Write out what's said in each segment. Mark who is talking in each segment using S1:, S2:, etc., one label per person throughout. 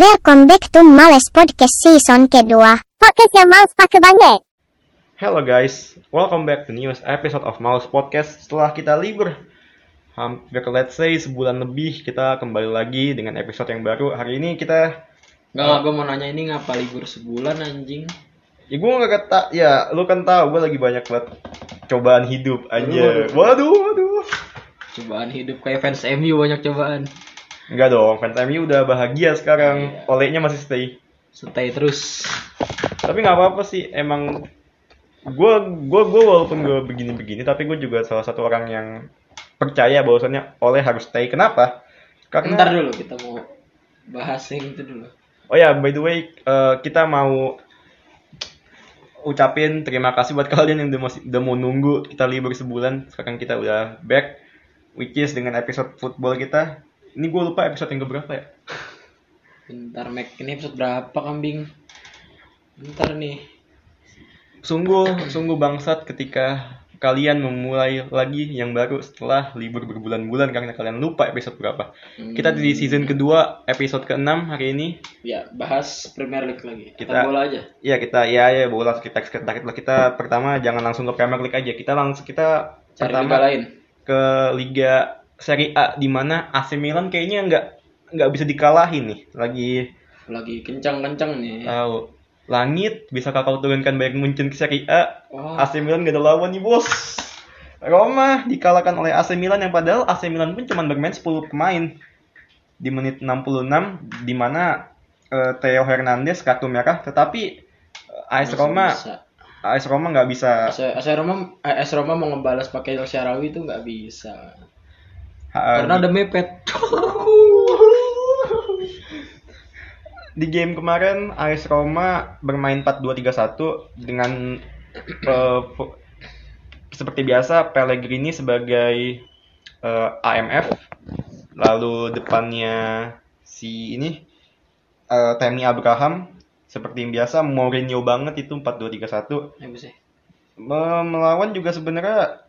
S1: Welcome back to Males Podcast Season kedua. Podcast yang males pakai banget.
S2: Hello guys, welcome back to newest episode of Mouse Podcast. Setelah kita libur hampir let's say sebulan lebih, kita kembali lagi dengan episode yang baru. Hari ini kita
S3: Gak, gak, gue mau nanya ini ngapa libur sebulan anjing?
S2: ya gue nggak kata ya lu kan tahu gue lagi banyak banget cobaan hidup aja.
S3: Waduh.
S2: Waduh, waduh.
S3: Cobaan hidup kayak fans MU banyak cobaan.
S2: Enggak dong, fans MU udah bahagia sekarang.
S3: Iya.
S2: Olehnya masih stay.
S3: Stay terus.
S2: Tapi nggak apa-apa sih, emang gue gua gua walaupun gue begini-begini, tapi gue juga salah satu orang yang percaya bahwasannya oleh harus stay. Kenapa? Karena
S3: Ntar dulu kita mau bahas yang itu dulu.
S2: Oh ya, by the way, eh, kita mau ucapin terima kasih buat kalian yang udah mau, udah mau nunggu kita libur sebulan. Sekarang kita udah back, which is dengan episode football kita. Ini gue lupa episode yang keberapa ya?
S3: Ntar Mac ini episode berapa kambing? Ntar nih.
S2: Sungguh, sungguh bangsat ketika kalian memulai lagi yang baru setelah libur berbulan-bulan karena kalian lupa episode berapa. Kita di season kedua, episode ke-6 hari ini.
S3: Ya bahas Premier League lagi. Kita
S2: Kita-
S3: bola aja.
S2: Iya kita ya ya bola kita kita kita pertama jangan langsung ke Premier League aja. Kita langsung kita
S3: Cari liga lain.
S2: ke Liga Serie A di mana AC Milan kayaknya nggak nggak bisa dikalahin nih lagi
S3: Lagi kencang-kencang nih.
S2: tahu langit bisa kakak turunkan Bayern Munchen ke Serie A
S3: Wah,
S2: AC Milan gak ada lawan nih bos Roma dikalahkan oleh AC Milan yang padahal AC Milan pun cuma bermain 10 pemain di menit 66 di mana eh, Theo Hernandez kartu merah tetapi eh, AS
S3: masih
S2: Roma
S3: bisa.
S2: AS Roma nggak bisa
S3: AS AS Roma, AS Roma mau ngebalas pakai El Sharawi itu nggak bisa.
S2: eh,
S3: Karena udah mepet.
S2: di game kemarin AS Roma bermain 4-2-3-1 dengan eh, fo- seperti biasa Pellegrini sebagai eh, AMF lalu depannya si ini eh, Tammy Abraham seperti yang biasa Mourinho banget itu 4-2-3-1
S3: Apa sih?
S2: Me- melawan juga sebenarnya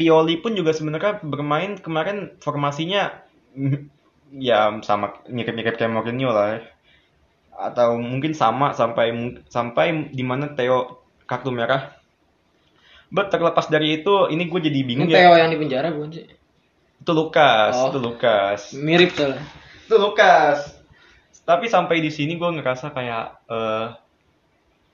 S2: Pioli pun juga sebenarnya bermain kemarin formasinya mm, ya sama mirip-mirip kayak Mourinho lah ya. atau mungkin sama sampai mung- sampai di mana Theo kartu merah. But terlepas dari itu ini gue jadi
S3: Ini
S2: bingung ya.
S3: Theo yang di penjara bukan sih?
S2: Itu Lukas,
S3: Oh.
S2: itu Lukas.
S3: Mirip soalnya.
S2: Itu Lukas. Tapi sampai di sini gue ngerasa kayak eh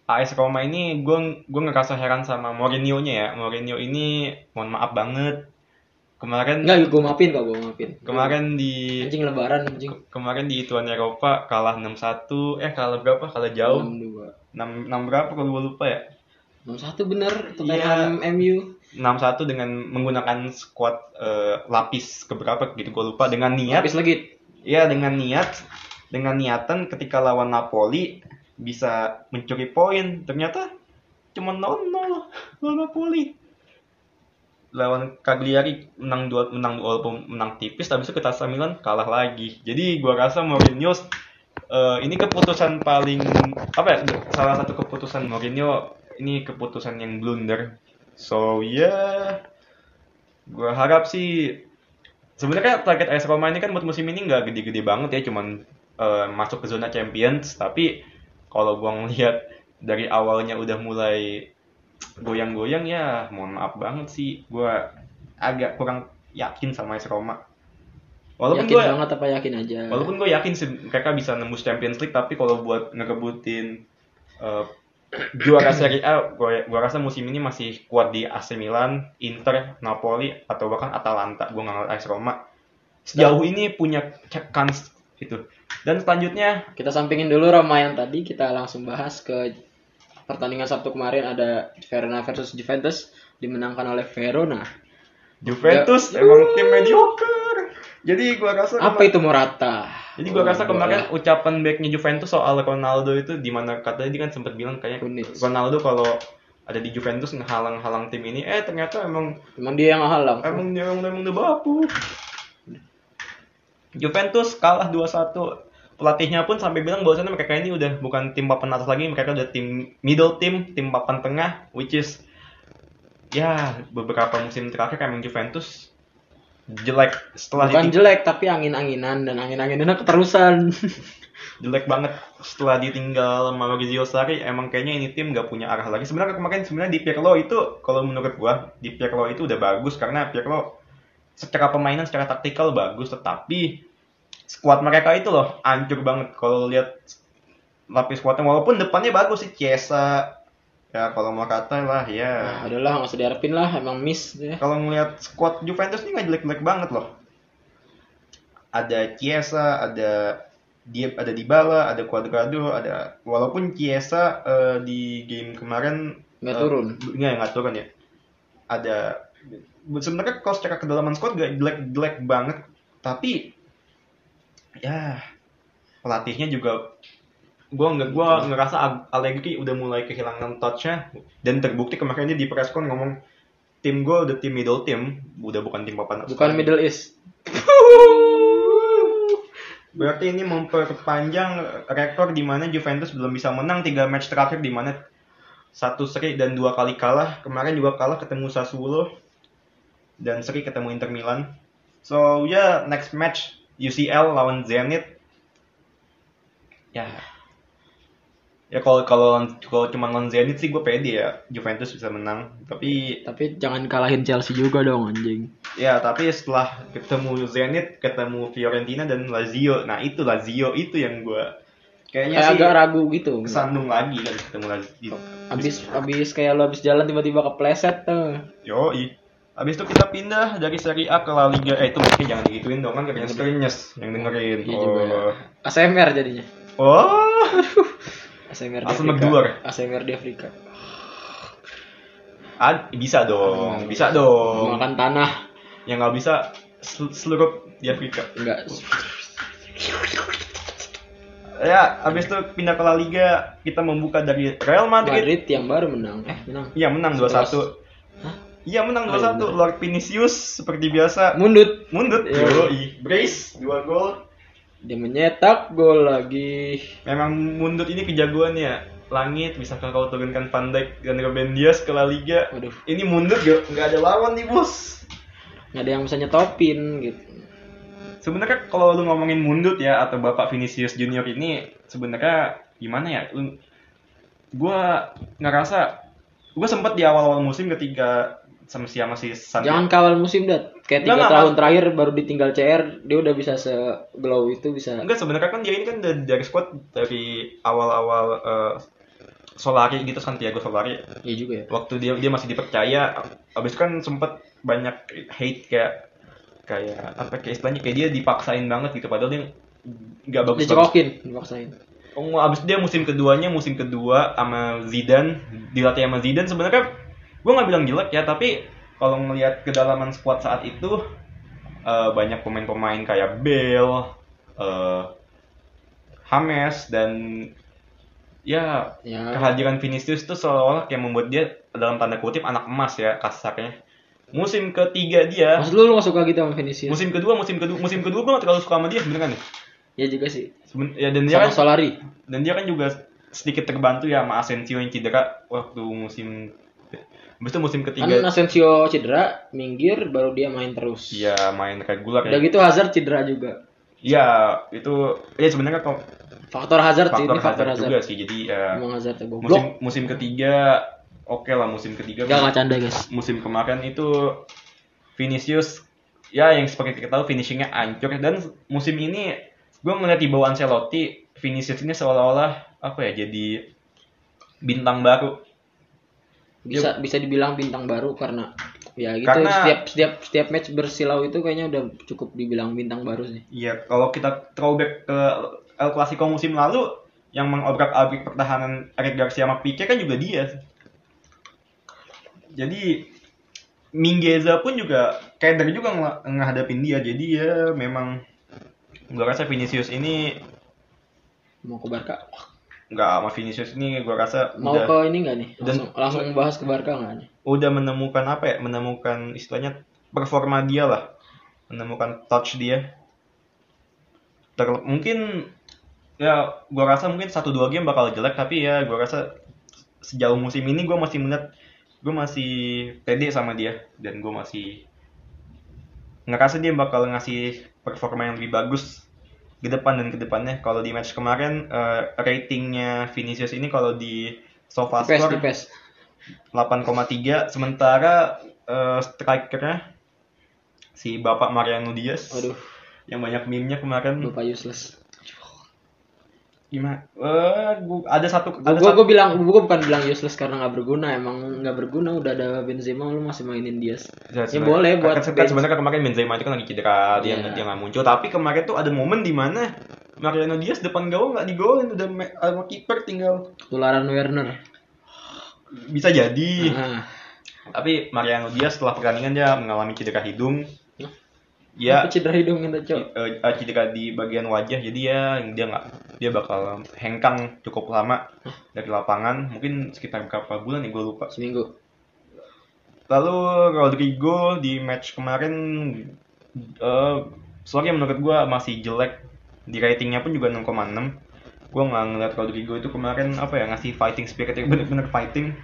S2: AS Roma ini gue gue ngerasa heran sama Mourinho-nya ya. Mourinho ini mohon maaf banget. Kemarin
S3: Enggak, gue maafin kok, gue maafin.
S2: kemarin di
S3: anjing lebaran anjing.
S2: kemarin di Tuan Eropa kalah 6-1 eh kalah berapa? Kalah jauh. 6
S3: 62.
S2: 6 berapa kalau gue lupa ya?
S3: 61 bener
S2: Iya.
S3: Tottenham MU.
S2: 6-1 dengan menggunakan squad eh, lapis keberapa gitu gue lupa dengan niat
S3: Habis lagi.
S2: Ya dengan niat, dengan niatan ketika lawan Napoli bisa mencuri poin. Ternyata cuma 0-0 lawan Napoli. Lawan Cagliari menang dua menang dua- walaupun menang tipis tapi itu ke AC Milan kalah lagi. Jadi gua rasa Mourinho eh, ini keputusan paling apa ya? Salah satu keputusan Mourinho ini keputusan yang blunder. So ya gua harap sih sebenarnya target AS Roma ini kan buat musim ini nggak gede-gede banget ya cuman eh, masuk ke zona Champions tapi kalau gua ngelihat dari awalnya udah mulai goyang-goyang ya mohon maaf banget sih gua agak kurang yakin sama AS Roma walaupun
S3: yakin
S2: gua
S3: banget apa yakin aja.
S2: walaupun gue yakin sih mereka bisa nembus Champions League tapi kalau buat ngerebutin eh, juara Serie A gue gua rasa musim ini masih kuat di AC Milan, Inter, Napoli atau bahkan Atalanta gue nggak ngeliat AS Roma sejauh ini punya c- kans itu dan selanjutnya
S3: kita sampingin dulu Roma yang tadi, kita langsung bahas ke pertandingan Sabtu kemarin ada Verona versus Juventus dimenangkan oleh Verona.
S2: Juventus
S3: Ya.
S2: emang tim mediocre jadi gue rasa
S3: Apa itu Morata?
S2: jadi gue rasa
S3: Oh,
S2: kemarin ucapan backnya Juventus soal Ronaldo itu dimana katanya dia kan sempat bilang kayak
S3: Unik.
S2: Ronaldo kalau ada di Juventus ngehalang-halang tim ini eh ternyata emang
S3: Emang dia yang halang.
S2: emang emang emang udah bapu Juventus kalah 2-1 pelatihnya pun sampai bilang bahwasannya mereka ini udah bukan tim papan atas lagi mereka udah tim middle team tim papan tengah which is ya beberapa musim terakhir emang Juventus jelek setelah
S3: Bukan
S2: diting-
S3: jelek tapi angin-anginan dan angin-anginannya keterusan.
S2: jelek banget setelah ditinggal sama Maurizio Sarri emang kayaknya ini tim gak punya arah lagi sebenarnya kemarin sebenarnya di Pirlo itu kalau menurut gua di Pirlo itu udah bagus karena Pirlo secara permainan secara taktikal bagus tetapi skuad mereka itu loh hancur banget kalau lihat lapis skuadnya walaupun depannya bagus sih Chiesa ya kalau mau kata lah ya
S3: nah, adalah nggak usah diharapin lah, emang miss ya.
S2: kalau ngelihat squad Juventus ini nggak jelek-jelek banget loh. Ada Chiesa, ada dia ada Dybala, ada Cuadrado, ada walaupun Chiesa eh, di game kemarin
S3: Nggak
S2: eh,
S3: turun.
S2: nggak nggak turun ya. Ada sebenarnya kalau secara kedalaman squad nggak jelek-jelek banget, tapi ya pelatihnya juga gue nggak gua ngerasa Ag- Allegri udah mulai kehilangan touchnya dan terbukti kemarin dia di presscon ngomong tim gue udah tim middle team udah bukan tim papan atas
S3: Bukan
S2: lagi."
S3: Middle East.
S2: berarti ini memperpanjang rekor di mana Juventus belum bisa menang tiga match terakhir di mana satu seri dan dua kali kalah kemarin juga kalah ketemu Sassuolo dan seri ketemu Inter Milan so ya next match UCL lawan Zenit ya ya kalau kalau kalau cuma lawan Zenit sih gue pede ya Juventus bisa menang tapi
S3: Tapi jangan kalahin Chelsea juga dong anjing.
S2: Ya, tapi setelah ketemu Zenit, ketemu Fiorentina dan Lazio. Nah, itu Lazio itu yang gua kayaknya
S3: Kayak
S2: Iya sih
S3: agak ragu gitu.
S2: kesandung lagi kan ketemu Lazio.
S3: Abis abis kayak lo abis jalan tiba-tiba kepleset tuh.
S2: Yoi. Abis itu kita pindah dari Serie A ke La Liga. Eh, itu mungkin jangan digituin dong kan kayaknya screeners yang dengerin.
S3: Iya
S2: oh.
S3: juga ya. ASMR jadinya.
S2: Oh.
S3: ASMR di
S2: Langsung
S3: Afrika.
S2: ngeduar.
S3: ASMR di Afrika.
S2: Ah, bisa dong. Bisa dong.
S3: Makan tanah.
S2: Yang nggak bisa sel- seluruh di Afrika.
S3: Enggak.
S2: Ya, abis itu pindah ke La Liga, kita membuka dari Real Madrid.
S3: Madrid yang baru menang. Eh, menang.
S2: Iya, menang 2-1.
S3: Hah?
S2: Iya menang
S3: Oh, iya
S2: 2-1 Lord Vinicius seperti biasa
S3: Mundut.
S2: mundut
S3: Iya.
S2: Yoi. brace 2 gol
S3: Dia menyetak gol lagi.
S2: memang mundut ini kejagoannya langit bisa kau turunkan Van Dijk dan Ruben Dias ke La Liga
S3: Waduh,
S2: ini mundut gak, nggak ada lawan nih bos
S3: nggak ada yang bisa nyetopin gitu.
S2: sebenarnya kalau lu ngomongin mundut ya atau Bapak Vinicius Junior ini sebenarnya gimana ya lu gua ngerasa gua sempet di awal-awal musim ketika sama si sama si San
S3: Jangan kawal musim dat.
S2: Iya. Nggak,
S3: Kayak tiga
S2: nggak,
S3: tahun terakhir baru ditinggal CR, dia udah bisa se glow itu bisa.
S2: Enggak sebenarnya kan dia ini kan dari, dari squad dari awal-awal eh, Solari gitu Santiago Solari
S3: Iya juga ya.
S2: waktu dia dia masih dipercaya abis kan sempet banyak hate kayak kayak apa kayak istilahnya kayak dia dipaksain banget gitu padahal dia nggak bagus banget.
S3: Dicekokin, dipaksain.
S2: Oh, abis dia musim keduanya musim kedua sama Zidane dilatih sama Zidane sebenarnya gue nggak bilang jelek ya tapi kalau ngelihat kedalaman squad saat itu eh, banyak pemain-pemain kayak Bale, eh, Hames dan ya
S3: Ya,
S2: kehadiran Vinicius tuh seolah-olah kayak membuat dia dalam tanda kutip anak emas ya kasarnya. Musim ketiga dia,
S3: maksud lu lu nggak suka gitu sama Vinicius?
S2: musim kedua, musim kedua, musim kedua gue gak terlalu suka sama dia sebenarnya.
S3: Ya juga sih.
S2: Seben- ya dan dia
S3: Sama
S2: kan-
S3: Solari.
S2: dan dia kan juga sedikit terbantu ya sama Asensio yang cedera waktu musim habis itu musim
S3: Kan
S2: ketiga
S3: Asensio cedera, minggir, baru dia main terus.
S2: dia main regular
S3: Udah
S2: ya.
S3: gitu Hazard cedera juga.
S2: Iya, itu ya sebenarnya kok
S3: Faktor Hazard sih,
S2: faktor
S3: ini faktor
S2: hazard,
S3: Hazard.
S2: juga sih. Jadi ya,
S3: Emang Hazard ya,
S2: musim
S3: goblok.
S2: musim ketiga oke lah musim ketiga.
S3: Enggak enggak canda, guys.
S2: Musim kemarin itu Vinicius ya yang seperti kita tahu finishingnya hancur dan musim ini gue ngeliat di bawah Ancelotti Vinicius ini seolah-olah apa ya jadi bintang baru
S3: Bisa bisa dibilang bintang baru karena ya gitu
S2: Karena-
S3: setiap setiap setiap match bersilau itu kayaknya udah cukup dibilang bintang baru sih.
S2: Iya, kalau kita throwback ke El Clasico musim lalu yang mengobrak-abrik pertahanan Eric Garcia sama Pique kan juga dia. Jadi Minggeza pun juga keder juga ng- ngehadapin dia. Jadi ya memang gua rasa Vinicius ini
S3: Mau ke Barca?
S2: nggak sama Vinicius ini gua rasa
S3: Mau
S2: udah
S3: ke ini enggak nih? Langsung
S2: Dan-
S3: langsung bahas ke Barca enggak nih?
S2: udah menemukan apa ya? Menemukan istilahnya performa dia lah. Menemukan touch dia. Ter- mungkin ya gua rasa mungkin satu dua game bakal jelek tapi ya gua rasa sejauh musim ini gua masih melihat gua masih pede sama dia dan gua masih ngerasa dia bakal ngasih performa yang lebih bagus ke depan dan ke depannya. Kalau di match kemarin eh, ratingnya Vinicius ini kalau di
S3: Tipes,
S2: SofaScore
S3: tipes.
S2: 8,3 sementara eh, strikernya si Bapak Mariano Diaz
S3: Waduh,
S2: yang banyak meme-nya kemarin
S3: bapak useless.
S2: gimana? Eh, gua- ada satu ada
S3: Gue
S2: satu
S3: gue bilang gue bukan bilang useless karena nggak berguna emang nggak berguna udah ada Benzema lu masih mainin dia.
S2: Ya,
S3: Ya,
S2: sebenarnya-
S3: boleh
S2: kan,
S3: buat
S2: kan
S3: bench.
S2: sebenarnya kan kemarin Benzema itu kan lagi cedera dia
S3: Iya.
S2: dia nggak muncul tapi kemarin tuh ada momen di mana Mariano Diaz depan gawang nggak digolin udah me- sama kiper tinggal
S3: Ketularan Werner.
S2: bisa jadi
S3: Nah,
S2: tapi Mariano Diaz setelah pertandingan dia mengalami cedera hidung
S3: Hah?
S2: ya
S3: apa cedera hidung kita cok.
S2: eh, cedera di bagian wajah jadi ya dia nggak dia bakal hengkang cukup lama dari lapangan mungkin sekitar berapa bulan ya gue lupa
S3: Seminggu.
S2: lalu Rodrigo di match kemarin eh sorry menurut gue masih jelek di ratingnya pun juga 6,6 gue nggak ngeliat Rodrigo itu kemarin apa ya ngasih fighting spirit yang bener-bener fighting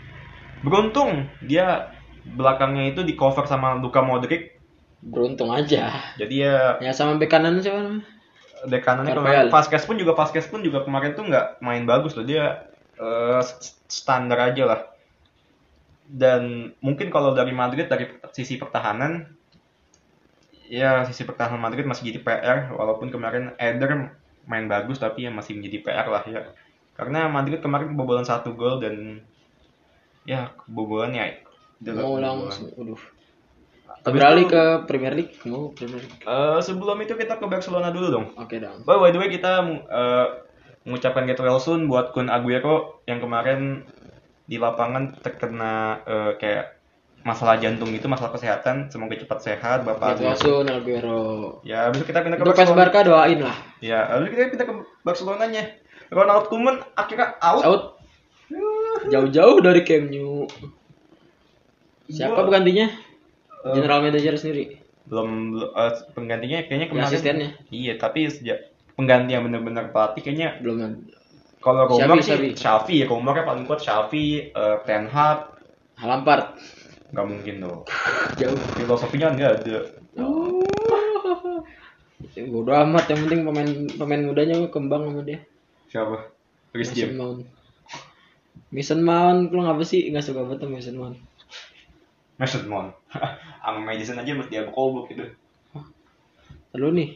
S2: beruntung dia belakangnya itu di cover sama Luka Modric
S3: Beruntung aja.
S2: jadi ya
S3: Ya sama bek kanan siapa namanya?
S2: dari kanannya
S3: Carvajal.
S2: kemarin Vasquez pun juga Vasquez pun juga kemarin tuh nggak main bagus loh dia eh, s- standar aja lah dan mungkin kalau dari Madrid dari sisi pertahanan ya sisi pertahanan Madrid masih jadi PR walaupun kemarin Eder main bagus tapi ya masih menjadi PR lah ya karena Madrid kemarin kebobolan satu gol dan ya kebobolan ya
S3: Mau ulang.
S2: kebobolan.
S3: Waduh.
S2: Habis
S3: Beralih
S2: itu,
S3: ke Premier League. Mau Premier League.
S2: eh, sebelum itu kita ke Barcelona dulu dong
S3: Oke dong.
S2: By, by the way kita eh, mengucapkan get well soon buat Kun Aguero yang kemarin di lapangan terkena eh, kayak masalah jantung gitu, masalah kesehatan. Semoga cepat sehat Bapak Aguero.
S3: Gitu langsung Alguero.
S2: Ya, habis itu kita pindah ke
S3: Untuk fans
S2: Barcelona.
S3: Barca doain lah.
S2: Ya, habis itu kita pindah ke Barcelonanya. Ronald Koeman akhirnya out.
S3: Out
S2: Yuh,
S3: jauh-jauh dari Camp Nou. Siapa
S2: gua,
S3: penggantinya?
S2: eh,
S3: General manager sendiri.
S2: belum eh, penggantinya kayaknya
S3: Ya,
S2: kemarin.
S3: asistennya.
S2: Iya, tapi sejak pengganti yang benar-benar pelatih kayaknya
S3: Belum
S2: kalau
S3: Xavi,
S2: rumor
S3: Xavi.
S2: sih Xavi, rumornya paling kuat Xavi, eh, Ten Hag,
S3: Lampard
S2: nggak mungkin dong.
S3: jauh.
S2: filosofinya nggak ada
S3: Ya, Bodo amat yang penting pemain pemain mudanya kembang sama dia.
S2: siapa Chris
S3: Mason
S2: James
S3: Mount. Mason Mount lu ngapa sih nggak suka banget sama Mason Mount?
S2: Mason Mount sama Madison aja mesti dia kobok gitu
S3: Lalu nih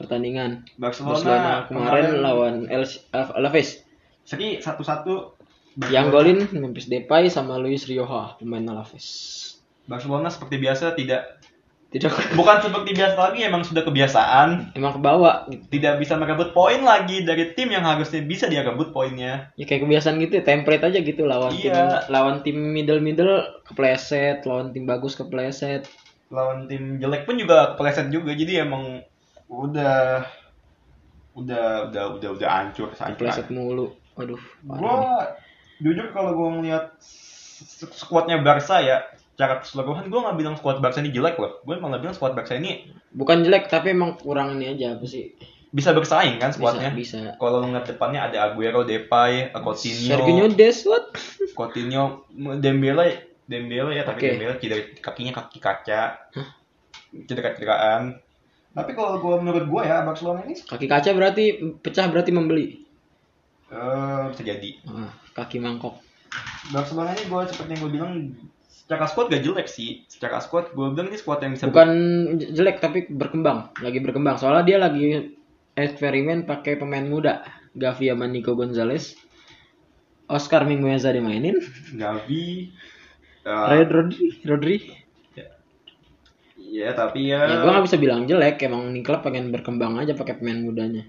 S3: pertandingan
S2: Barcelona,
S3: Barcelona kemarin, lawan El Alaves.
S2: seri satu-satu Barcelona-
S3: Yang golin Memphis Depay sama Luis Rioja pemain Alaves.
S2: Barcelona seperti biasa tidak
S3: Tidak
S2: bukan seperti biasa lagi emang sudah kebiasaan
S3: emang kebawa gitu.
S2: tidak bisa merebut poin lagi dari tim yang harusnya bisa dia rebut poinnya
S3: Ya kayak kebiasaan gitu ya, template aja gitu lawan
S2: Iya.
S3: tim lawan tim middle-middle kepleset, lawan tim bagus kepleset.
S2: lawan tim jelek pun juga kepleset juga jadi emang udah udah udah udah udah hancur hancur
S3: Kepleset mulu. Waduh. parah nih.
S2: gua jujur kalau gua ngeliat s- skuadnya Barca ya secara keseluruhan gua nggak bilang skuad Barca ini jelek loh gua malah bilang skuad Barca ini
S3: Bukan jelek tapi emang kurang ini aja apa sih?
S2: bisa bersaing kan
S3: Bisa
S2: skuadnya
S3: bisa.
S2: kalau lu ngeliat depannya ada Aguero, Depay, Coutinho,
S3: Sergio Des what?
S2: Coutinho, Dembele, Dembele ya tapi
S3: Oke.
S2: Dembele cedera kakinya kaki kaca, cedera-cederaan. Tapi kalau gua menurut gua ya Barcelona ini
S3: Kaki kaca berarti pecah berarti membeli.
S2: eh, bisa jadi.
S3: Ah, kaki mangkok.
S2: Barcelona ini gua seperti yang gua bilang secara squad gak jelek sih. Secara squad gua bilang ini squad yang bisa
S3: Bukan j- jelek tapi berkembang, lagi berkembang. Soalnya dia lagi eksperimen pakai pemain muda. Gavi sama Nico Gonzalez. Oscar Mingueza dimainin.
S2: Gavi. eh
S3: Red Rodri, Rodri.
S2: ya tapi ya.
S3: Ya gue nggak bisa bilang jelek, emang ini klub pengen berkembang aja pakai pemain mudanya.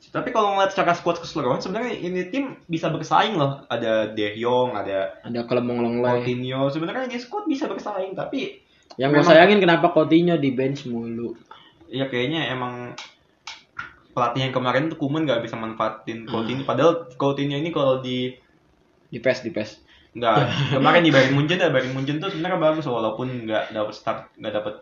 S2: Tapi kalau ngeliat secara squad keseluruhan sebenarnya ini tim bisa bersaing loh. Ada De Jong, ada
S3: Ada kelemong longlai.
S2: Coutinho. Sebenarnya ini squad bisa bersaing tapi
S3: Yang gue
S2: Memang-
S3: sayangin kenapa Coutinho di bench mulu.
S2: ya kayaknya emang pelatih yang kemarin tuh Kuman nggak bisa manfaatin Coutinho. Padahal Coutinho ini kalau di
S3: Di pes, di pes.
S2: nggak kemarin di Bayern Munchen ya Bayern Munchen tuh sebenarnya bagus walaupun nggak dapet start nggak dapet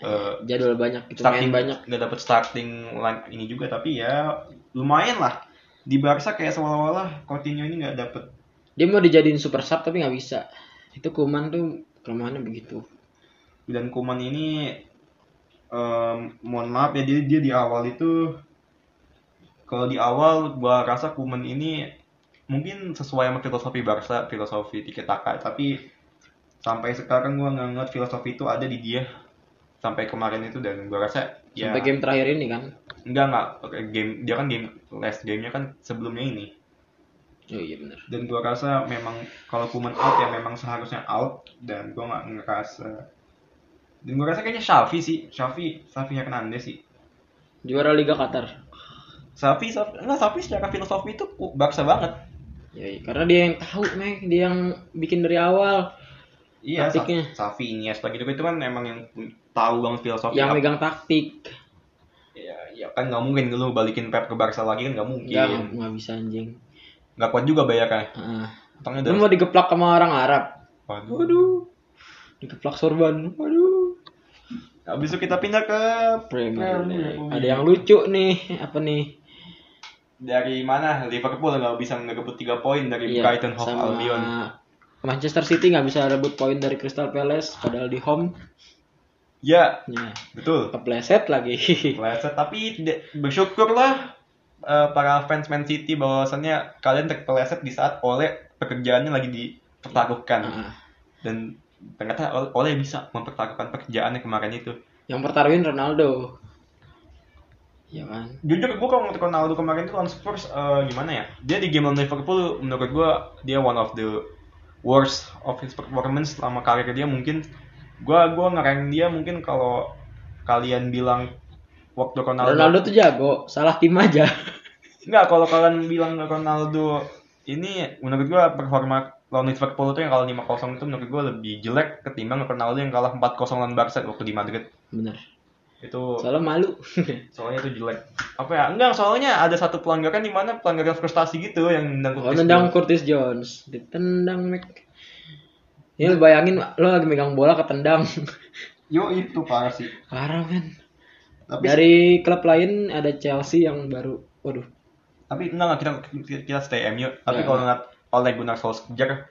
S2: eh,
S3: Jadwal banyak, itu main
S2: starting
S3: banyak.
S2: nggak dapet starting line ini juga tapi ya lumayan lah di Barca kayak seolah-olah Coutinho ini nggak dapet
S3: Dia mau dijadiin super sub tapi nggak bisa. Itu Kuman tuh kelemahannya begitu.
S2: dan Kuman ini eh em, mohon maaf ya, jadi dia di awal itu kalau di awal gua rasa Kuman ini mungkin sesuai sama filosofi Barca, filosofi Tiki Taka, tapi sampai sekarang gua nggak ngeliat filosofi itu ada di dia sampai kemarin itu dan gua rasa ya
S3: Sampai game terakhir ini kan.
S2: enggak enggak Oke, game dia kan game last gamenya kan sebelumnya ini
S3: Oh iya benar.
S2: dan gua rasa memang kalau Kuman out ya memang seharusnya out dan gua nggak ngerasa dan gua rasa kayaknya Shafi sih Shafi Shafi Hernandez sih
S3: Juara Liga Qatar.
S2: Shafi Shafi enggak Shafi secara filosofi itu ku- Barca banget
S3: Yoi, Ya, iya. karena dia yang tahu, Mek, dia yang bikin dari awal,
S2: iya Sa-
S3: Taktiknya.
S2: Shafi Iniesta gitu itu kan emang yang tahu banget filosofi
S3: yang
S2: apa.
S3: megang taktik.
S2: ya, ya kan nggak mungkin lu balikin Pep ke Barca lagi kan nggak
S3: Enggak,
S2: mungkin
S3: nggak bisa anjing.
S2: nggak kuat juga bayarnya
S3: Heeh.
S2: utangnya
S3: Lu
S2: udah
S3: mau digeplak sama orang Arab.
S2: waduh
S3: Waduh. Digeplak sorban. Waduh.
S2: habis itu kita pindah ke
S3: Premier League.
S2: Premier
S3: Ada yang lucu nih, apa nih?
S2: dari mana Liverpool nggak bisa ngerebut 3 poin dari
S3: Iya,
S2: Brighton Hove
S3: sama
S2: Albion
S3: Manchester City nggak bisa rebut poin dari Crystal Palace padahal di home.
S2: ya
S3: Ya,
S2: betul
S3: kepleset lagi.
S2: kepleset tapi tidak- bersyukurlah eh, para fans Man City bahwasannya kalian terpeleset di saat oleh pekerjaannya lagi dipertaruhkan
S3: Nah,
S2: dan ternyata oleh bisa mempertaruhkan pekerjaannya kemarin itu
S3: yang pertaruhin Ronaldo. Ya kan?
S2: jujur gue kalau ngeliat Ronaldo kemarin tuh lawan Spurs eh, gimana ya dia di game lawan Liverpool menurut gue dia one of the worst of his performance selama karir dia mungkin gue gua ngerank dia mungkin kalau kalian bilang waktu Ronaldo,
S3: Ronaldo tuh jago, salah tim aja.
S2: enggak kalau kalian bilang Ronaldo ini menurut gue performa lawan Liverpool itu yang kalah 5-0 itu menurut gue lebih jelek ketimbang Ronaldo yang kalah 4-0 lawan Barca waktu di Madrid
S3: Bener.
S2: itu
S3: Soalnya malu.
S2: soalnya itu jelek apa ya enggak soalnya ada satu pelanggaran di mana pelanggaran frustasi gitu yang nendang
S3: Oh,
S2: Curtis
S3: nendang
S2: Jones.
S3: Curtis Jones, ditendang Mac. Ini lu bayangin lo lagi megang bola ketendang.
S2: yo itu parah sih
S3: Parah kan.
S2: tapi
S3: Dari klub lain ada Chelsea yang baru. Waduh,
S2: tapi enggak enggak, kita kita stay MU tapi
S3: Ya.
S2: kalau ngeliat oleh Gunnar Solskjaer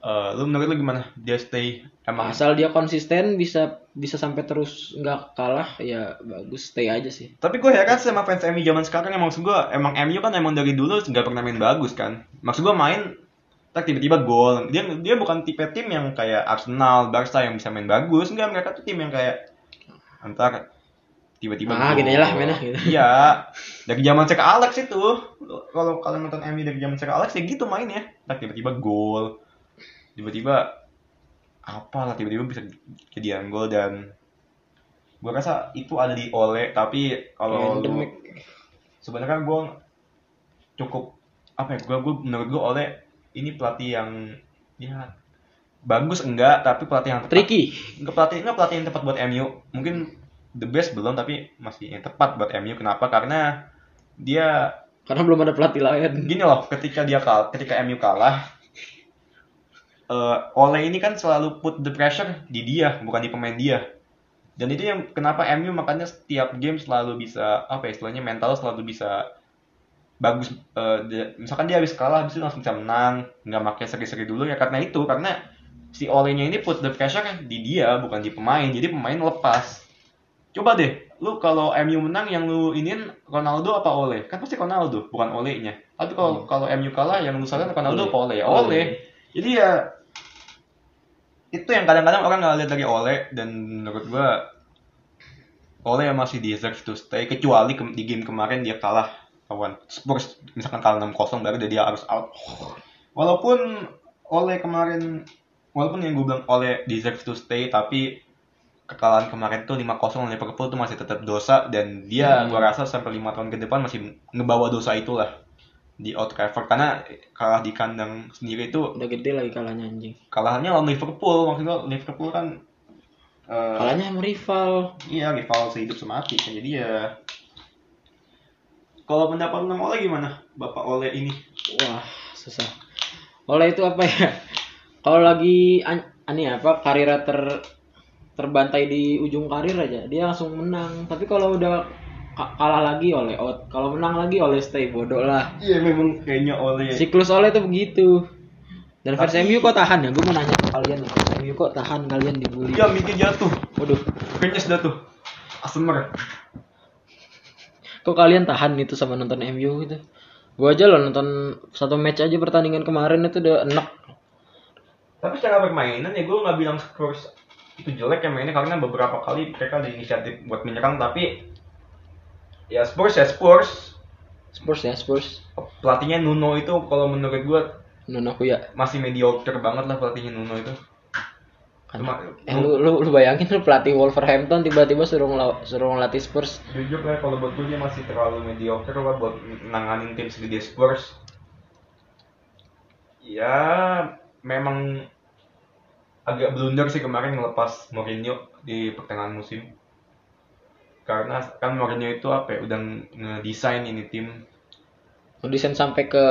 S2: eh, lu menurut lu gimana dia stay emang
S3: asal dia konsisten bisa bisa sampai terus nggak kalah ya bagus stay aja sih.
S2: tapi gue heran sih sama fans MU zaman sekarang emang maksud gue emang MU kan emang dari dulu nggak pernah main bagus kan maksud gue main tak tiba-tiba gol dia dia bukan tipe tim yang kayak Arsenal Barca yang bisa main bagus enggak mereka tuh tim yang kayak antar tiba-tiba
S3: Ah,
S2: gol.
S3: gini lah, main lah, gitu.
S2: iya dari zaman Cek Alex itu kalau kalian nonton MU dari zaman Cek Alex ya gitu mainnya tak tiba-tiba gol tiba-tiba apalah tiba-tiba bisa kejadian gol dan gue rasa itu ada di Ole tapi kalau
S3: Random,
S2: lu-
S3: Mac.
S2: sebenarnya gue cukup apa ya gue gue menurut gue oleh ini pelatih yang ya bagus enggak tapi pelatih yang tepat
S3: tricky.
S2: enggak pelatih enggak pelatih yang tepat buat MU mungkin the best belum tapi masih yang tepat buat MU kenapa karena dia
S3: Karena belum ada pelatih lain.
S2: gini loh ketika dia kalah ketika MU kalah eh Ole ini kan selalu put the pressure di dia bukan di pemain dia dan itu yang kenapa MU makanya setiap game selalu bisa apa ya istilahnya mental selalu bisa bagus eh, dia- misalkan dia habis kalah habis itu langsung bisa menang nggak pakai seri-seri dulu ya karena itu karena si Ole-nya ini put the pressure kan di dia bukan di pemain jadi pemain lepas coba deh lu kalau MU menang yang lu ingin Ronaldo apa Ole kan pasti Ronaldo bukan Ole-nya tapi kalau kalau MU kalah yang lu salahkan Ronaldo apa Hmm. Ole ya Ole jadi ya itu yang kadang-kadang orang nggak lihat dari Ole dan menurut gua Ole yang masih deserve to stay kecuali ke- di game kemarin dia kalah lawan Spurs misalkan kalah 6-0 baru dia harus out walaupun Ole kemarin walaupun yang gue bilang Ole deserve to stay tapi kekalahan kemarin tuh 5-0 lawan Liverpool tuh masih tetap dosa dan dia
S3: Hmm.
S2: gua rasa sampai 5 tahun ke depan masih ngebawa dosa itulah di Old Trafford karena kalah di kandang sendiri itu
S3: Udah gede lagi kalahnya anjing.
S2: kalahnya lawan Liverpool maksudnya Liverpool kan eh,
S3: Kalahnya sama rival.
S2: iya rival sehidup semati kan jadi ya kalau pendapat tentang Ole gimana bapak Ole ini
S3: Wah, susah. Oleh itu apa ya? Kalau lagi an aneh apa karirnya ter terbantai di ujung karir aja, dia langsung menang. Tapi kalau udah ka- kalah lagi oleh out, kalau menang lagi oleh stay bodoh lah.
S2: iya memang kayaknya Ole
S3: Siklus oleh itu begitu. Dan fans
S2: Iya. Tapi-
S3: MU kok tahan ya? Gue mau nanya ke kalian, fans MU kok tahan kalian dibully?
S2: iya mikir Ya, jatuh
S3: Waduh,
S2: kayaknya sudah tuh Asemer.
S3: Kok kalian tahan gitu sama nonton MU gitu? Gua aja loh nonton satu match aja pertandingan kemarin itu udah enak.
S2: Tapi cara permainan ya gue nggak bilang Spurs itu jelek ya mainnya karena beberapa kali mereka ada inisiatif buat menyerang tapi ya Spurs ya Spurs
S3: Spurs ya, Spurs.
S2: pelatihnya Nuno itu kalau menurut gue
S3: Nuno aku ya.
S2: masih mediocre banget lah pelatihnya Nuno itu Cuma-
S3: Eh lu, lu, lu bayangin lu pelatih Wolverhampton tiba-tiba suruh ngelaw- suruh ngelatih Spurs.
S2: jujur lah kalau buat gue dia masih terlalu mediocre lah buat nanganin tim segede Spurs ya memang agak blunder sih kemarin ngelepas Mourinho di pertengahan musim karena kan Mourinho itu apa ya, udah ngedesain ini tim
S3: Desain sampai ke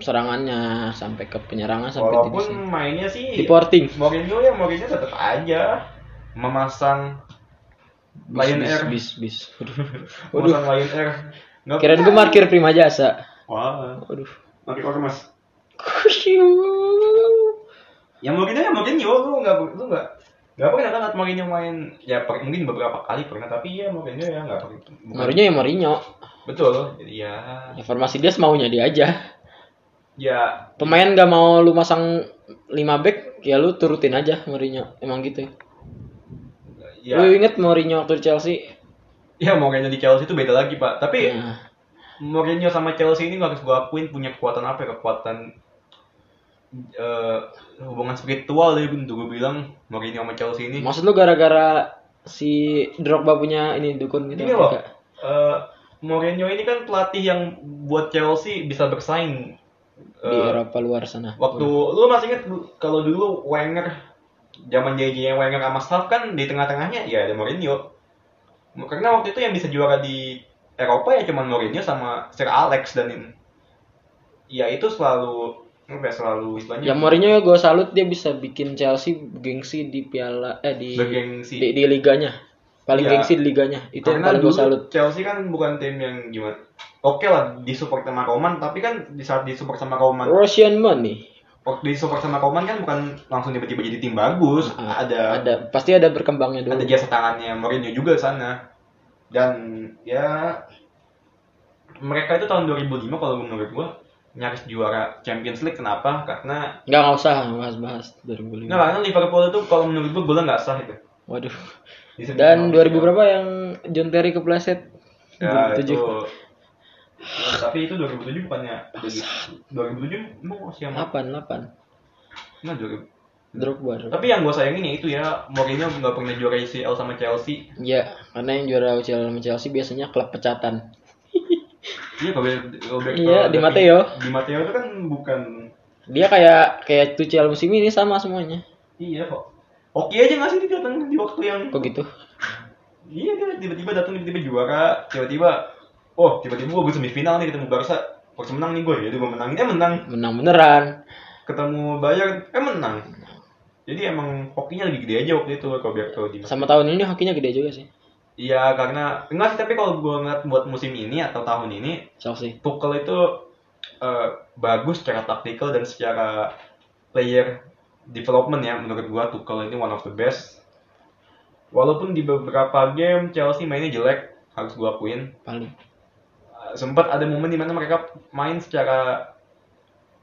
S3: serangannya, sampai ke penyerangan sampai
S2: walaupun iya,
S3: di
S2: mainnya sih
S3: reporting.
S2: Mourinho ya Mourinho tetap aja memasang
S3: Bis,
S2: Lion
S3: bis,
S2: Air.
S3: bis, bis. Waduh. Waduh.
S2: memasang Lion Air Nggak
S3: Kirain gue markir prima jasa.
S2: wah
S3: Waduh.
S2: pakai ormas Ya mungkin ya mungkin yo lu nggak lu nggak nggak pernah kan Mourinho main ya per- mungkin beberapa kali pernah tapi ya Mourinho ya nggak pernah bukan-
S3: Mourinho ya Mourinho.
S2: betul jadi ya
S3: Informasi dia semaunya dia aja.
S2: ya
S3: Pemain gak mau lu masang 5 back, ya lu turutin aja Mourinho. Emang gitu.
S2: ya
S3: Lu inget Mourinho waktu di Chelsea?
S2: ya Mourinho di Chelsea itu beda lagi pak tapi
S3: Nah,
S2: Mourinho sama Chelsea ini nggak harus gua akuin punya kekuatan apa ya kekuatan eh, hubungan spiritual ya untuk gue bilang Mourinho sama Chelsea ini
S3: maksud lu gara-gara si Drogba punya ini dukun gitu?
S2: Ini loh.
S3: Enggak.
S2: Eh, Mourinho ini kan pelatih yang buat Chelsea bisa bersaing
S3: Di
S2: eh,
S3: Eropa luar sana.
S2: Waktu lu masih inget du- kalau dulu Wenger zaman jaya Wenger sama Staff kan di tengah-tengahnya ya ada Mourinho. M- Karena waktu itu yang bisa juara di Eropa ya cuman Mourinho sama Sir Alex dan ya itu selalu apa ya, selalu istilahnya
S3: Ya Mourinho gue salut dia bisa bikin Chelsea gengsi di piala eh di
S2: bergengsi.
S3: di, di liganya. Paling
S2: Iya.
S3: gengsi di liganya. Itu yang
S2: Karena
S3: paling
S2: dulu
S3: gue salut.
S2: Chelsea kan bukan tim yang gimana. Oke lah disupport sama Roman, tapi kan di saat disupport sama Roman
S3: Russian money.
S2: waktu disupport sama Roman kan bukan langsung tiba-tiba jadi tim bagus,
S3: Ah,
S2: ada
S3: ada pasti ada berkembangnya dulu.
S2: ada jasa tangannya Mourinho juga sana dan ya mereka itu tahun 2005 kalau menurut gua nyaris juara Champions League kenapa karena
S3: Nggak nggak usah bahas-bahas 2005.
S2: nah, karena Liverpool itu kalau menurut gua bola nggak sah itu
S3: Waduh.
S2: Di semifinal.
S3: Dan 2000 berapa yang John Terry kepleset?
S2: ya,
S3: 2007.
S2: itu Ya, tapi itu 2007 bukannya 2007 emang usia mah
S3: 8 8.
S2: nah, 2000.
S3: Drogba. Drogba.
S2: tapi yang gua sayangin ya itu ya Mourinho nggak pernah juara UCL sama Chelsea
S3: Ya, karena yang juara UCL sama Chelsea biasanya klub pecatan.
S2: iya Roberto
S3: Iya, Di Matteo.
S2: Di Matteo itu kan bukan
S3: Dia kayak kayak Tuchel musim ini sama semuanya.
S2: Iya kok. Oke aja nggak sih dia datang di waktu yang
S3: Kok gitu?
S2: iya dia tiba-tiba datang tiba-tiba juara tiba-tiba oh tiba-tiba gue semifinal nih ketemu Barca harus menang nih gue ya gue menang eh menang
S3: Menang beneran.
S2: ketemu Bayern eh menang jadi emang hokinya lebih gede aja waktu itu kalau biar tahu di
S3: Sama tahun ini hokinya gede juga sih.
S2: iya karena enggak sih tapi kalau gue ngeliat buat musim ini atau tahun ini
S3: Chelsea.
S2: Tuchel itu eh, bagus secara taktikal dan secara player development ya menurut gua Tuchel ini one of the best. Walaupun di beberapa game Chelsea mainnya jelek, harus gua akuin.
S3: paling
S2: Eh, sempat ada momen dimana mereka main secara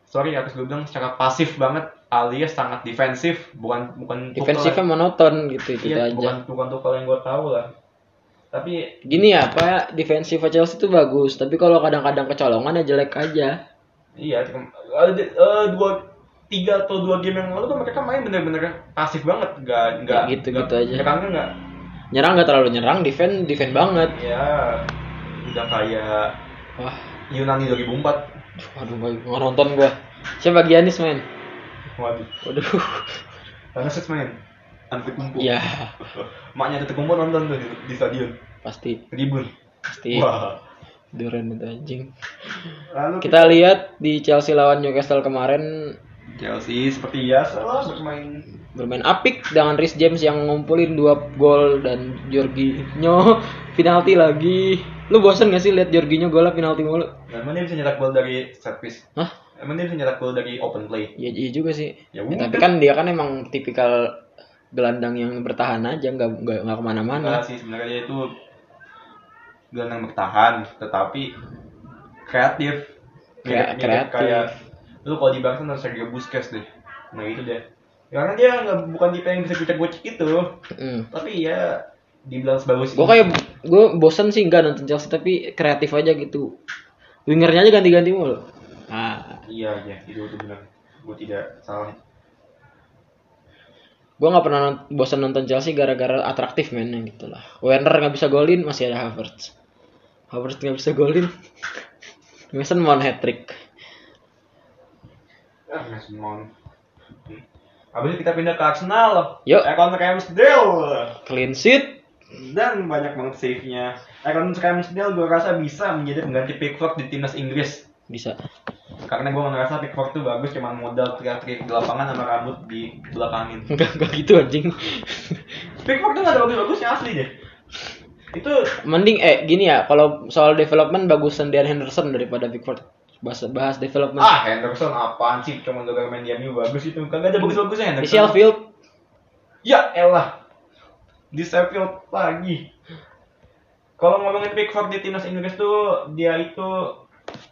S2: sorry harus gue bilang secara pasif banget alias sangat defensif bukan bukan Tuchel-
S3: defensifnya monoton gitu itu
S2: iya,
S3: kan aja
S2: bukan bukan Tuchel yang gua tahu lah tapi
S3: gini ya apa defensif Chelsea itu bagus tapi kalau kadang-kadang kecolongan ya jelek aja
S2: Iya, cuman- ada eh, dua tiga atau dua game yang lalu tuh mereka main bener-bener pasif banget, nggak nggak
S3: Ya, gitu-
S2: nggak-
S3: gitu aja.
S2: Nyerangnya nggak,
S3: nyerang nggak terlalu nyerang defend defend banget
S2: ya udah kayak
S3: wah
S2: Yunani 2004.
S3: waduh gua nggak nonton gua siapa Giannis men
S2: Waduh,
S3: waduh
S2: karena sih main anti kumpul.
S3: ya
S2: Maknya anti kumpul nonton tuh di, di stadion
S3: pasti
S2: tribun.
S3: pasti
S2: Wah.
S3: Duren itu anjing
S2: Lalu kita
S3: kita lihat di Chelsea lawan Newcastle kemarin
S2: Chelsea seperti biasa lah bermain
S3: bermain apik dengan Rhys James yang ngumpulin dua gol dan Jorginho penalti lagi lu bosen gak sih lihat Jorginho golnya penalti mulu
S2: dan mana dia bisa nyetak gol dari set piece.
S3: Hah?
S2: Emang dia bisa nyetak gol dari open play.
S3: Iya iya juga sih.
S2: Ya
S3: Ya,
S2: udah.
S3: tapi kan dia kan emang tipikal gelandang yang bertahan aja nggak nggak nggak
S2: Enggak
S3: kemana-mana
S2: sih sebenarnya dia itu gelandang bertahan, tetapi kreatif.
S3: Krea-
S2: Mirip-mirip
S3: kreatif.
S2: Kayak lu kalau di Barca nonton Sergio Busquets deh. Nah itu deh. Karena dia nggak bukan tipe yang bisa gocek-gocek itu,
S3: Mm.
S2: tapi ya dibilang sebagus
S3: gue kayak gue bosen sih nggak nonton Chelsea tapi kreatif aja gitu wingernya aja ganti-ganti mulu ah
S2: Iya, iya, itu itu benar. Gue tidak salah.
S3: gue nggak pernah nont- bosen nonton Chelsea gara-gara atraktif men yang gitulah Werner nggak bisa golin masih ada Havertz Havertz nggak bisa golin Mason mau hat trick
S2: Ah, Mason Mount. Hmm. Habis itu kita pindah ke Arsenal.
S3: Yuk.
S2: Ekon Ramsdale.
S3: clean sheet
S2: dan banyak banget save-nya. Aaron Ramsdale gue rasa bisa menjadi pengganti Pickford di timnas Inggris
S3: bisa
S2: karena gue ngerasa Pickford tuh bagus cuman modal teriak-teriak di lapangan sama rambut di belakangin.
S3: nggak nggak gitu anjing
S2: Pickford tuh gak ada bagus-bagusnya asli deh. Itu
S3: mending eh gini ya kalau soal development bagusan Dean Henderson daripada Pickford bahas bahas development
S2: ah Henderson apaan sih cuma gara main diamnya bagus itu kagak ada bagus-bagusnya
S3: di
S2: Henderson.
S3: Sheffield
S2: Ya elah. Di Sheffield lagi. Kalau ngomongin Pickford di timnas Inggris tuh dia itu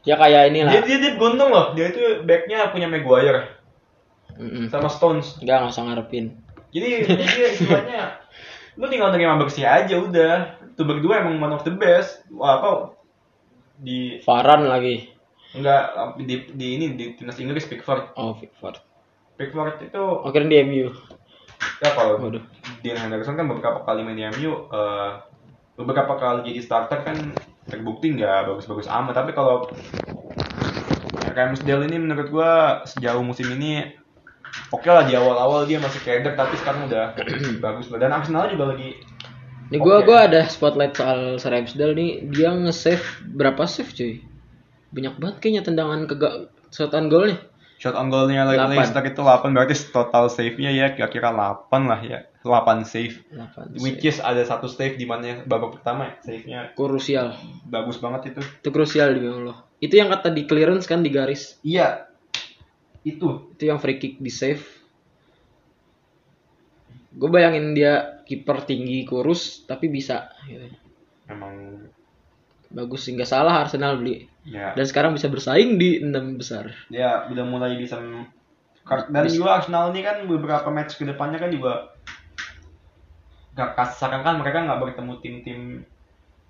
S3: ya kayak inilah
S2: dia dia, dia beruntung loh dia itu backnya punya Maguire
S3: Mm-mm.
S2: sama Stones
S3: nggak nggak usah ngarepin
S2: Jadi jadi istilahnya lu tinggal nerima bersih aja udah. Tuh berdua emang one of the best. Wah, apa di
S3: Varan lagi
S2: enggak di, di ini di timnas Inggris Pickford.
S3: oh Pickford
S2: Pickford itu
S3: akhirnya di MU
S2: ya kalau
S3: waduh
S2: Dean Henderson kan beberapa kali main di MU eh, beberapa kali jadi starter kan terbukti nggak bagus-bagus amat tapi kalau Ramsdale ini menurut gua sejauh musim ini oke lah di awal-awal dia masih keder tapi sekarang udah bagus dan Arsenal juga lagi
S3: ini gua
S2: Oke.
S3: gua ada spotlight soal Sir Ramsdale nih dia nge-save berapa save cuy banyak banget kayaknya tendangan ke ga- shotan golnya
S2: Shot on goalnya Le-
S3: Delapan.
S2: Leicester itu 8 berarti total save-nya ya kira-kira 8 lah ya. 8 save.
S3: 8
S2: Which is ada satu save di mana babak pertama ya, save-nya
S3: krusial
S2: bagus banget itu.
S3: itu krusial demi Allah itu yang kata di clearance kan di garis
S2: Iya. Itu.
S3: itu yang free kick di save gue bayangin dia kiper tinggi kurus tapi bisa gitu.
S2: Emang
S3: bagus nggak salah Arsenal beli
S2: ya
S3: dan sekarang bisa bersaing di enam besar
S2: dia udah mulai bisa mem- kar- dan juga Arsenal ini kan beberapa match kedepannya kan juga gak kasar kan mereka nggak bertemu tim-tim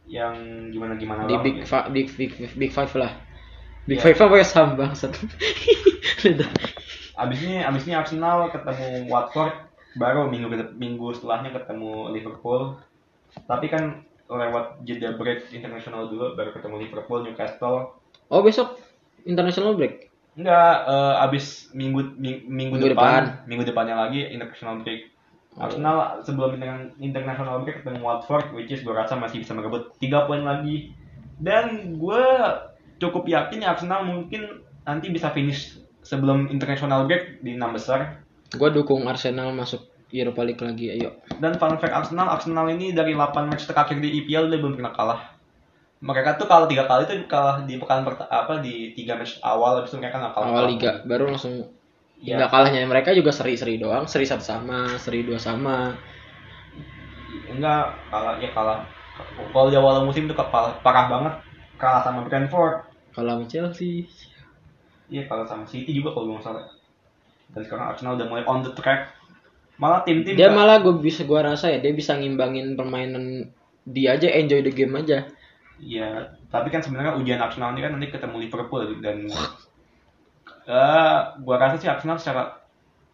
S2: yang gitu. gimana gimana
S3: di big, Fi- big big big five lah big
S2: Iya.
S3: five apa ya sam bangsat Lidah.
S2: Abis ini, abis ini Arsenal ketemu Watford, baru minggu ke- minggu setelahnya ketemu Liverpool. Tapi kan lewat jeda break internasional dulu, baru ketemu Liverpool, Newcastle.
S3: oh besok international break
S2: Enggak, eh, abis minggu ming- minggu,
S3: Minggu
S2: depan, minggu depannya lagi international break. Arsenal sebelum inter- international break ketemu Watford, which is gue rasa masih bisa merebut 3 poin lagi. Dan gue cukup yakin ya Arsenal mungkin nanti bisa finish sebelum international break di enam besar.
S3: gue dukung Arsenal masuk Europa League lagi ayo
S2: Dan fun fact Arsenal, Arsenal ini dari 8 match terakhir di EPL dia belum pernah kalah. Mereka tuh kalau tiga kali tuh kalah di pekan perta- apa di tiga match awal habis itu mereka nggak kalah.
S3: awal liga baru langsung
S2: Iya.
S3: nggak kalahnya mereka juga seri-seri doang seri satu sama seri dua sama
S2: Enggak kalah ya kalah. Kalau di awal musim tuh kalah parah banget kalah sama Brentford,
S3: kalah sama Chelsea
S2: iya kalah sama City juga kalau nggak salah. Dan sekarang Arsenal udah mulai on the track. Malah tim-tim
S3: dia malah gue bisa gua rasa ya dia bisa ngimbangin permainan dia aja enjoy the game aja
S2: Iya, tapi kan sebenarnya ujian Arsenal ini kan nanti ketemu Liverpool dan eh gua rasa sih Arsenal secara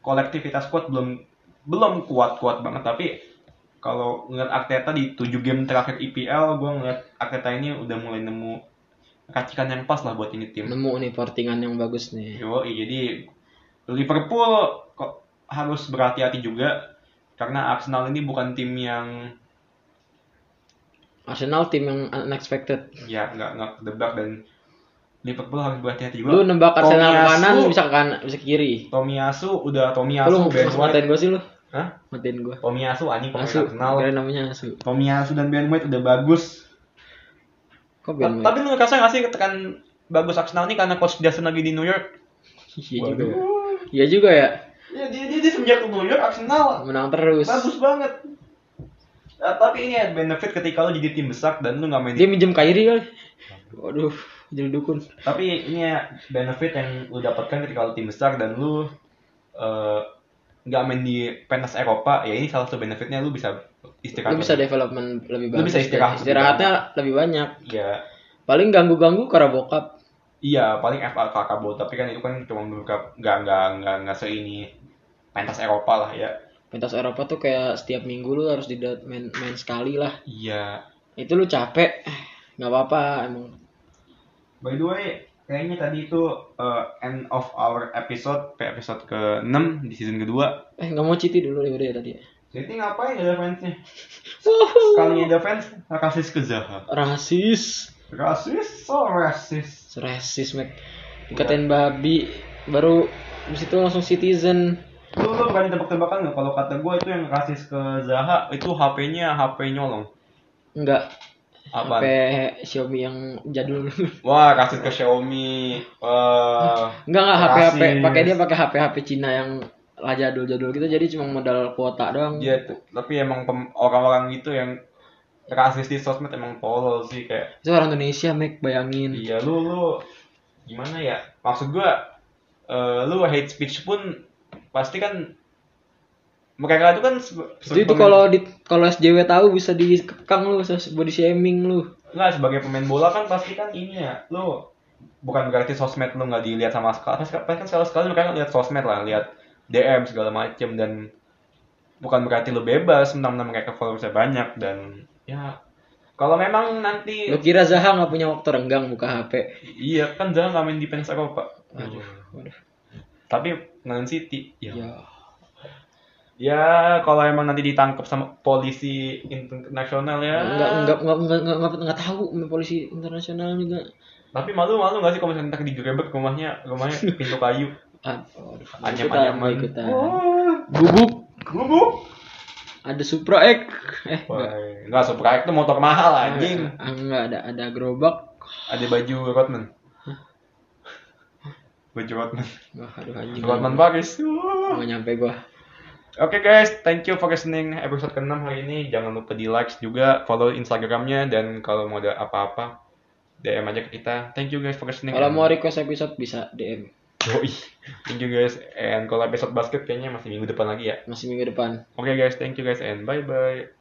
S2: kolektivitas kuat belum belum kuat-kuat banget tapi kalau ngeliat Arteta di 7 game terakhir EPL gua ngeliat Arteta ini udah mulai nemu racikan yang pas lah buat ini tim.
S3: nemu nih portingan yang bagus nih
S2: Yo, jadi Liverpool kok harus berhati-hati juga karena Arsenal ini bukan tim yang
S3: Arsenal tim yang unexpected
S2: ya nggak nggak tebak dan Liverpool harus berhati-hati juga.
S3: lu nembak Arsenal ke
S2: Tomiyasu-
S3: kanan bisa ke kanan bisa ke kiri
S2: Tomiyasu udah
S3: lu
S2: Tomiyasu Ben
S3: masih
S2: White.
S3: matiin gue sih lu
S2: Hah?
S3: matiin gue
S2: Tomiyasu anjing pemain
S3: Asu,
S2: Arsenal.
S3: kira namanya Asu.
S2: Tomiyasu dan Ben White udah bagus. Ta-
S3: Kok Ben White?
S2: Tapi lu ngerasa nggak sih ketekan bagus Arsenal ini karena coach Jason lagi di New York?
S3: Iya juga.
S2: Waduh.
S3: ya. Iya juga ya.
S2: Ya, dia, dia, dia semenjak ke New York Arsenal
S3: menang terus
S2: bagus banget. Nah, tapi ini ya benefit ketika lo jadi tim besar dan lo nggak main di
S3: dia minjem Kairi kali waduh jadi dukun
S2: tapi ini ya benefit yang lu dapatkan ketika lu tim besar dan lu eh, nggak main di pentas Eropa ya ini salah satu benefitnya lu bisa istirahat
S3: lu bisa development lebih
S2: Lu
S3: bagus
S2: bisa istirahat.
S3: istirahatnya lebih banyak
S2: ya
S3: paling ganggu ganggu karena bokap
S2: iya paling FA Kakabo tapi kan itu kan cuma beberapa nggak nggak nggak nggak se ini pentas Eropa lah ya
S3: pentas Eropa tuh kayak setiap minggu lu harus didat main main sekali lah
S2: iya
S3: itu lu capek nggak apa-apa emang
S2: by the way kayaknya tadi itu eh, end of our episode kayak episode ke 6 di season kedua
S3: eh nggak mau citi dulu ya udah ya tadi
S2: jadi ngapain ada fansnya sekali ada fans rasis ke Zaha
S3: rasis
S2: rasis so rasis
S3: rasis met dikatain babi baru habis itu langsung citizen
S2: lu lu berani tebak-tebakan nggak kalau kata gue itu yang rasis ke Zaha itu HP-nya HP nyolong
S3: enggak
S2: apa
S3: HP Xiaomi yang jadul
S2: wah rasis ke Xiaomi wah
S3: enggak enggak HP HP
S2: Rasis.
S3: pakai dia pakai HP HP Cina yang lah jadul jadul gitu jadi cuma modal kuota doang
S2: dia tuh- Iya, tapi emang pem- orang-orang gitu yang rasis di sosmed emang tolol sih kayak
S3: itu orang Indonesia Mac bayangin
S2: iya lu lu gimana ya maksud gue lu hate speech pun pasti kan mereka itu kan sebe-
S3: itu, itu
S2: sebagai-
S3: kalau di kalau SJW tahu bisa dikekang lu bisa body shaming lu
S2: Nggak, sebagai pemain bola kan pasti kan ini ya, lo bukan berarti sosmed lo nggak dilihat sama sekali. Pasti pasti kan sekali sekali lo kan lihat sosmed lah, lihat DM segala macem dan bukan berarti lo bebas menang-menang mereka followersnya banyak dan ya kalau memang nanti
S3: lu kira Zaha nggak punya waktu renggang buka HP
S2: iya kan jangan nggak main di pensi Eropa.
S3: aduh waduh
S2: Tapi ngelawan City ya.
S3: ya
S2: Ya kalau emang nanti ditangkap sama polisi internasional ya.
S3: nggak nggak nggak nggak nggak nggak nggak tahu polisi internasional juga
S2: Tapi malu-malu nggak sih kalau misalnya ntar digerebek rumahnya rumahnya pintu kayu.
S3: Aduh, aduh,
S2: Anyam,
S3: ikutan,
S2: anyaman.
S3: ikutan.
S2: Wah,
S3: Gubuk,
S2: Oh. gubuk.
S3: ada Supra X. Eh, enggak.
S2: Wah, enggak Supra itu motor mahal anjing.
S3: Ah, enggak ada ada gerobak.
S2: Ada baju Rodman. Baju Rodman.
S3: Wah, aduh anjing.
S2: Rodman Paris.
S3: Nggak
S2: Wah.
S3: nyampe gua.
S2: Oke guys, thank you for listening episode ke-6 hari ini. Jangan lupa di like juga, follow Instagramnya, dan kalau mau ada apa-apa, DM aja ke kita. Thank you guys for listening.
S3: Kalau mau request episode bisa DM.
S2: Yoi. Thank you guys. And kalau episode basket kayaknya masih minggu depan lagi ya.
S3: Masih minggu depan.
S2: Oke guys, thank you guys and bye-bye.